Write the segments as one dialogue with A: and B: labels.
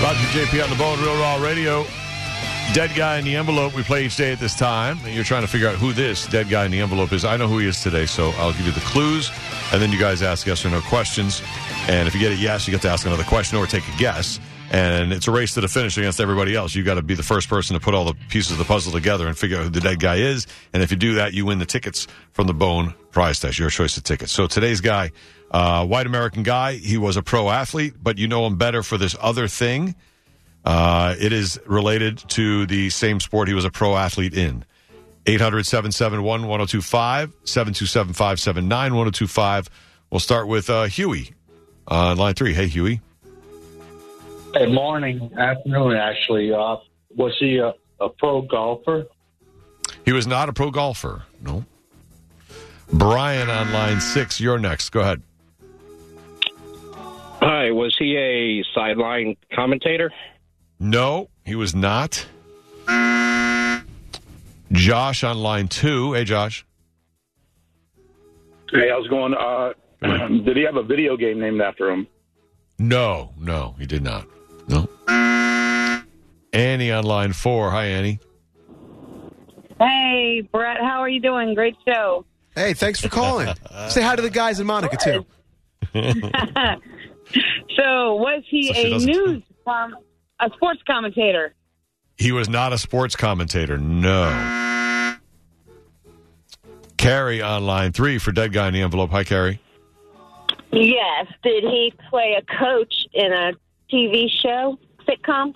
A: Roger JP on the Bone Real Raw Radio. Dead guy in the envelope we play each day at this time. And you're trying to figure out who this dead guy in the envelope is. I know who he is today, so I'll give you the clues, and then you guys ask yes or no questions. And if you get a yes, you get to ask another question or take a guess. And it's a race to the finish against everybody else. You've got to be the first person to put all the pieces of the puzzle together and figure out who the dead guy is. And if you do that, you win the tickets from the Bone Prize Stash, your choice of tickets. So today's guy, uh, white American guy, he was a pro athlete, but you know him better for this other thing. Uh, it is related to the same sport he was a pro athlete in. 800 771 1025, 727 579 1025. We'll start with uh, Huey on line three. Hey, Huey.
B: Good morning, afternoon, actually. Uh, was he a, a pro golfer?
A: He was not a pro golfer. No. Brian on line six. You're next. Go ahead.
C: Hi, was he a sideline commentator?
A: No, he was not. Josh on line two. Hey, Josh.
D: Hey, how's it going? Uh, did he have a video game named after him?
A: No, no, he did not. No. Annie on line four. Hi, Annie.
E: Hey, Brett, how are you doing? Great show.
F: Hey, thanks for calling. Say hi to the guys in Monica too.
E: So, was he
A: So she
E: a
A: doesn't-
E: news com- a sports commentator?
A: He was not a sports commentator. No. Carrie on line three for Dead Guy in the Envelope. Hi, Carrie.
G: Yes. Did he play a coach in a TV show sitcom?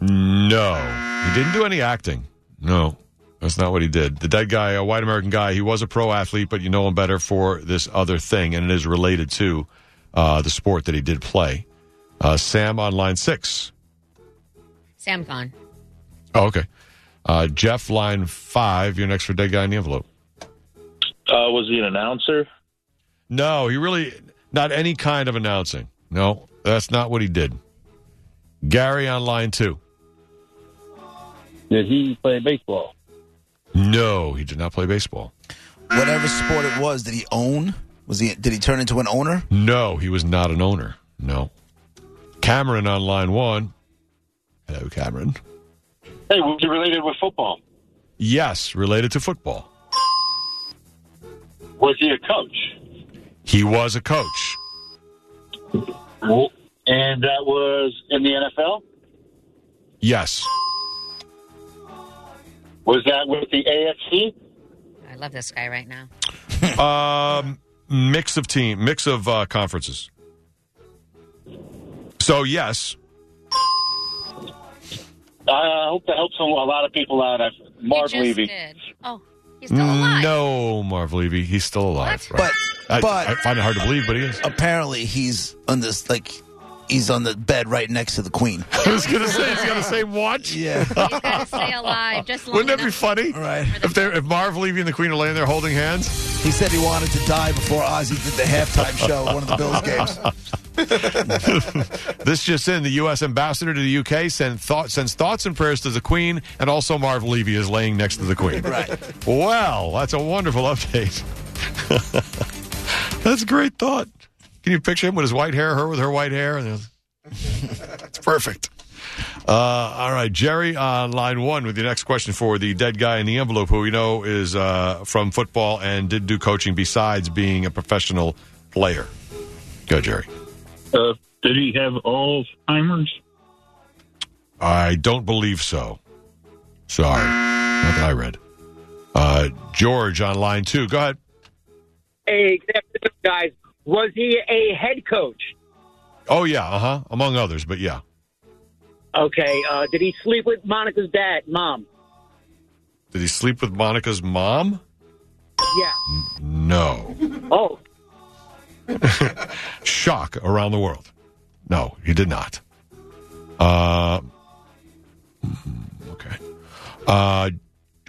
A: No. He didn't do any acting. No. That's not what he did. The dead guy, a white American guy, he was a pro athlete, but you know him better for this other thing, and it is related to uh, the sport that he did play. Uh, Sam on line six.
H: Samcon.
A: Oh, okay. Uh, Jeff, line five. You're next for Dead Guy in the Envelope.
D: Uh, was he an announcer?
A: No, he really not any kind of announcing. No, that's not what he did. Gary on line two.
B: Did he play baseball?
A: No, he did not play baseball.
I: Whatever sport it was, did he own? Was he? Did he turn into an owner?
A: No, he was not an owner. No. Cameron on line one. Hello, Cameron.
D: Hey, was he related with football?
A: Yes, related to football.
D: Was he a coach?
A: He was a coach.
B: And that was in the NFL?
A: Yes.
B: Was that with the AFC?
H: I love this guy right now.
A: Um, mix of team, mix of uh, conferences. So yes,
D: I hope that helps a lot of people out. I've- Marv
H: he just
D: Levy.
H: did. Oh, he's still alive.
A: Mm, no, Marv Levy, he's still alive.
I: But
A: I,
I: but
A: I find it hard to believe, but he is.
I: apparently he's on this like he's on the bed right next to the queen.
A: I was gonna say he's got the same watch.
I: Yeah.
H: He's got to stay alive. Just long
A: Wouldn't that be
H: enough.
A: funny?
I: Right.
A: If they if Marv Levy and the Queen are laying there holding hands.
I: He said he wanted to die before Ozzy did the halftime show at one of the Bills games.
A: This just in: the U.S. ambassador to the U.K. Send thought, sends thoughts and prayers to the Queen, and also Marv Levy is laying next to the Queen.
I: Right.
A: Well, that's a wonderful update. that's a great thought. Can you picture him with his white hair, her with her white hair? And there's- it's perfect. Uh, all right, Jerry on line one with your next question for the dead guy in the envelope, who we know is uh, from football and did do coaching besides being a professional player. Go, Jerry.
D: Uh, did he have Alzheimer's?
A: I don't believe so. Sorry. Not that I read. Uh, George on line two. Go ahead.
J: Hey, good afternoon, guys. Was he a head coach?
A: Oh, yeah. Uh huh. Among others, but yeah.
J: Okay. Uh, did he sleep with Monica's dad, mom?
A: Did he sleep with Monica's mom?
J: Yeah.
A: No.
J: Oh,
A: shock around the world. No, he did not. Uh, okay. Uh,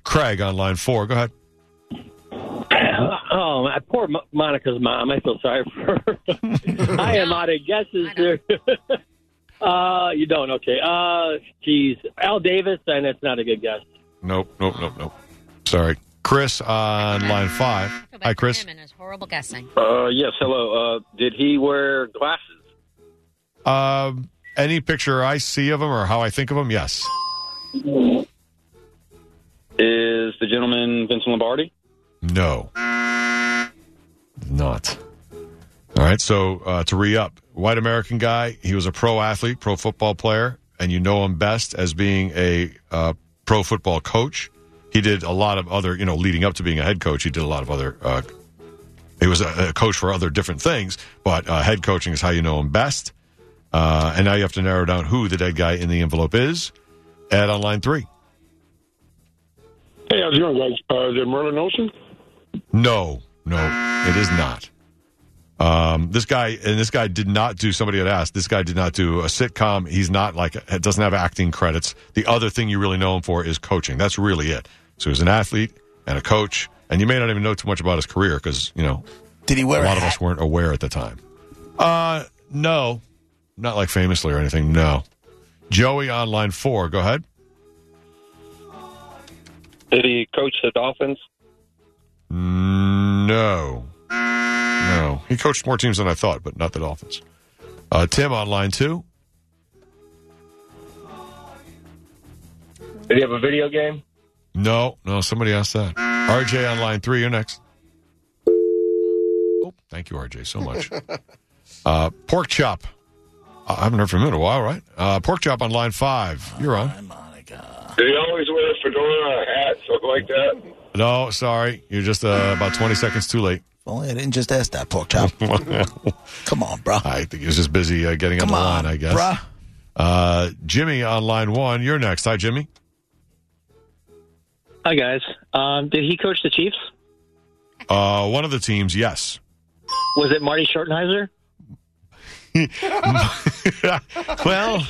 A: Craig on line four. Go ahead.
J: Oh, my- poor Mo- Monica's mom. I feel sorry for her. I am out of guesses here. uh, you don't? Okay. Uh, geez. Al Davis, Uh, and it's not a good guess.
A: Nope, nope, nope, nope. Sorry. Chris on line five.
H: Feel bad
A: Hi,
H: for
A: Chris.
H: him and his horrible guessing.
C: Uh, yes, hello. Uh, did he wear glasses?
A: Um, any picture I see of him or how I think of him, yes.
C: Is the gentleman Vincent Lombardi?
A: No. Not. All right, so uh, to re up, white American guy, he was a pro athlete, pro football player, and you know him best as being a uh, pro football coach. He did a lot of other, you know, leading up to being a head coach, he did a lot of other, uh, he was a, a coach for other different things, but uh, head coaching is how you know him best. Uh, and now you have to narrow down who the dead guy in the envelope is. Ed on line three.
K: Hey, how's it going, guys? Uh, is it Merlin Olsen?
A: No, no, it is not. Um, this guy and this guy did not do. Somebody had asked. This guy did not do a sitcom. He's not like doesn't have acting credits. The other thing you really know him for is coaching. That's really it. So he's an athlete and a coach, and you may not even know too much about his career because you know.
I: Did he wear
A: A lot
I: a
A: of us weren't aware at the time. Uh, no, not like famously or anything. No, Joey on line four. Go ahead.
C: Did he coach the Dolphins?
A: No. No. He coached more teams than I thought, but not the Dolphins. Uh, Tim on line two.
D: Did he have a video game?
A: No, no, somebody asked that. RJ on line three, you're next. Oh, thank you, RJ, so much. Uh, pork chop. I haven't heard from him in a while, right? Uh, pork chop on line five. You're on.
K: Did he always wear a fedora, a hat, something like that?
A: No, sorry. You're just uh, about 20 seconds too late.
I: Only I didn't just ask that pork chop.
A: Come
I: on, bro.
A: I think he was just busy uh, getting on
I: Come
A: the line,
I: on,
A: I guess.
I: bruh.
A: Uh, Jimmy on line one. You're next. Hi, Jimmy.
J: Hi, guys. Um, did he coach the Chiefs?
A: Uh, one of the teams, yes.
J: Was it Marty Schottenheiser?
A: well,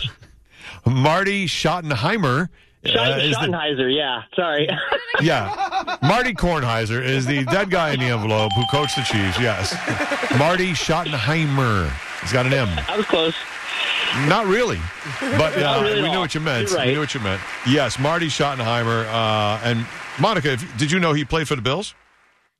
A: Marty Schottenheimer. uh,
J: Schotten-
A: is the-
J: Schottenheiser, yeah. Sorry.
A: yeah. Marty Kornheiser is the dead guy in the envelope who coached the Chiefs, yes. Marty Schottenheimer. He's got an M.
J: I was close.
A: Not really. But uh,
J: Not really
A: we
J: at
A: knew
J: all.
A: what you meant.
J: You're right.
A: We knew what you meant. Yes, Marty Schottenheimer. Uh, and Monica, if, did you know he played for the Bills?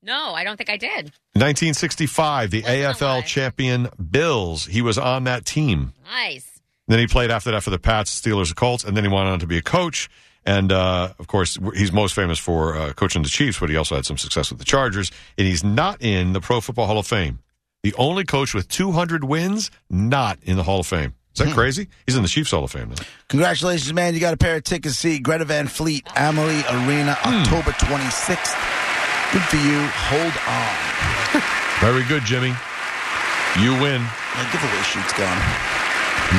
H: No, I don't think I did.
A: 1965, the AFL champion Bills. He was on that team.
H: Nice.
A: Then he played after that for the Pats, Steelers, Colts, and then he went on to be a coach. And uh, of course, w- he's most famous for uh, coaching the Chiefs, but he also had some success with the Chargers. And he's not in the Pro Football Hall of Fame. The only coach with 200 wins not in the Hall of Fame. Is that crazy? He's in the Chiefs Hall of Fame now.
I: Congratulations, man. You got a pair of tickets to see Greta Van Fleet, Amelie Arena, October 26th. Good for you. Hold on.
A: Very good, Jimmy. You win.
I: My giveaway shoot's gone.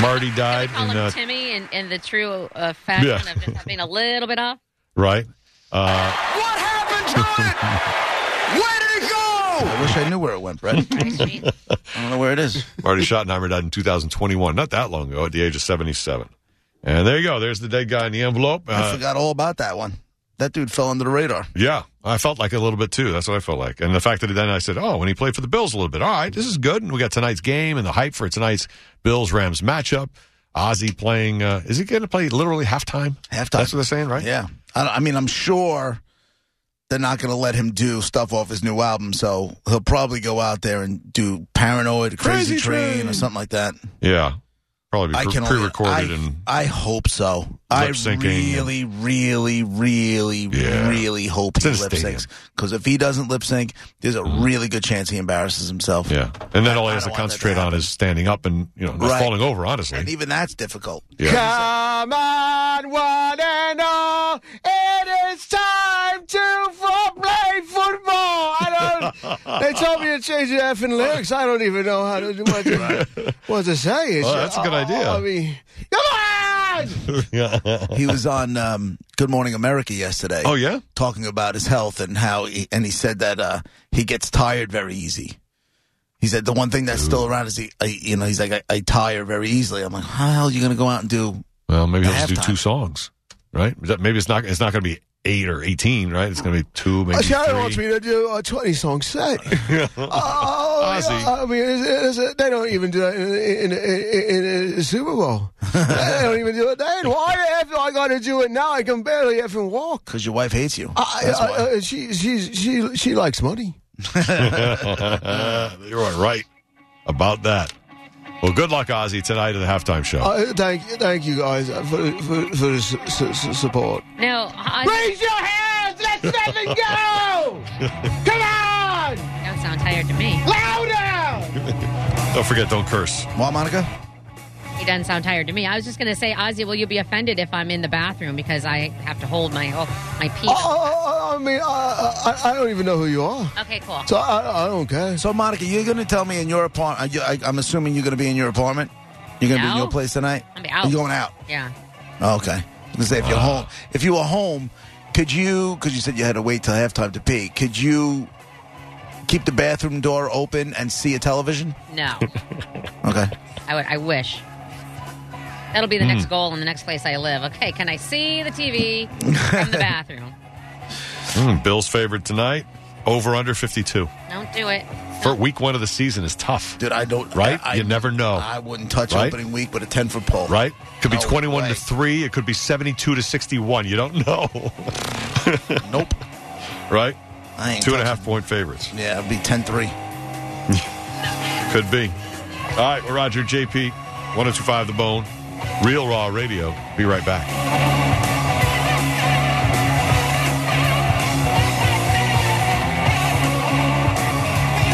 A: Marty died
H: Call
A: in
H: him
A: uh,
H: Timmy in, in the true uh, fashion
A: Yeah.
H: of just being a little bit off.
A: right. Uh,
I: What happened to it? Where did it go? I wish I knew where it went, Brett. I don't know where it is.
A: Marty Schottenheimer died in 2021, not that long ago, at the age of 77. And there you go. There's the dead guy in the envelope.
I: I
A: Uh,
I: forgot all about that one. That dude fell under the radar.
A: Yeah, I felt like it a little bit too. That's what I felt like. And the fact that then I said, oh, when he played for the Bills a little bit, all right, this is good. And we got tonight's game and the hype for tonight's Bills Rams matchup. Ozzy playing, uh, is he going to play literally halftime?
I: Halftime.
A: That's what they're saying, right?
I: Yeah. I, don't- I mean, I'm sure they're not going to let him do stuff off his new album, so he'll probably go out there and do Paranoid, Crazy,
L: Crazy
I: Train,
L: Train.
I: or something like that.
A: Yeah. Probably
I: I
A: pre-
I: can only-
A: recorded
I: I-
A: and
I: I hope so. I
A: Lip-syncing.
I: really, really, really, really hope
A: It's
I: he
A: in a
I: lip
A: stadium. Mm-hmm.
I: syncs. Because if he doesn't lip sync, there's a really good chance he embarrasses himself.
A: yeah. And then all he
I: I
A: has to
I: don't want that to
A: concentrate on is standing up and, you know, not
I: Right.
A: falling over, honestly.
I: And even that's difficult.
A: yeah.
L: Come on, one and all. It is time to fo- play football. I don't. They told me to change the effing lyrics. I don't even know how to do what to, what to say.
I: Well, that's a good
L: oh,
I: idea.
L: I mean, come on.
I: he was on um, Good Morning America yesterday.
A: Oh, yeah?
I: talking about his health and how, he, and he said that uh, he gets tired very easy, He said the one thing that's still around is he, I, you know, he's like I, I tire very easily. I'm like, how the hell are you going to go out and do?
A: Well, maybe he'll just do
I: Halftime.
A: two songs, right? Is that- Maybe it's not it's not going to be eight or eighteen, right? It's going to be two, maybe
L: Sharon
A: three.
L: wants me to do a 20 song set. oh,
A: Ozzy.
L: I mean, it's, it's, they don't even do that in, in, in, in the Super Bowl. they don't even do it then. Why the F do I got to do it now? I can barely effing walk.
I: Because your wife hates you.
L: I,
I: That's
L: I, I, she, she's, she, she likes money.
A: you are right about that. Well, good luck, Ozzy, tonight at the halftime show.
L: Uh, thank, thank you guys for, for, for the su- su- su- support.
H: No. I-
L: Raise your hands! Let's seven go! Come on!
H: Don't sound tired to me.
L: Louder!
A: don't forget, don't curse.
I: What, Monica?
H: He doesn't sound tired to me. I was just going to say, Ozzy, will you be offended if I'm in the bathroom because I have to hold my oh, my pee?
L: Oh, I mean, I, I, I don't even know who you are.
H: Okay, cool.
L: So I, I don't care.
I: So Monica, you're going to tell me in your apartment? I, am assuming you're going to be in your apartment. You're going to be in
H: No.
I: your place tonight.
H: I'm out.
I: You're going out.
H: Yeah.
I: Oh, okay. I was gonna say if you're home, if you were home, could you? Because you said you had to wait till halftime to pee. Could you keep the bathroom door open and see a television?
H: No.
I: Okay.
H: I would. I wish. That'll be the next
I: Hmm.
H: goal in the next place I live. Okay, can I see the TV from the bathroom?
I: Hmm.
A: Mm, Bill's favorite tonight, over under 52.
H: Don't do it.
A: For week one of the season is tough.
I: Dude, I don't.
A: Right?
I: I- I-
A: you never know.
I: I wouldn't touch
A: Right?
I: opening week with a ten foot pole.
A: right? Could be
I: No
A: 21
I: way.
A: to 3. It could be 72 to 61. You don't know.
I: nope.
A: Right?
I: I ain't
A: Two and a half point favorites.
I: Yeah, it'd be 10-3.
A: Could be. All oh right, we're Roger JP, 1025 The Bone, Real Raw Radio. Be right back.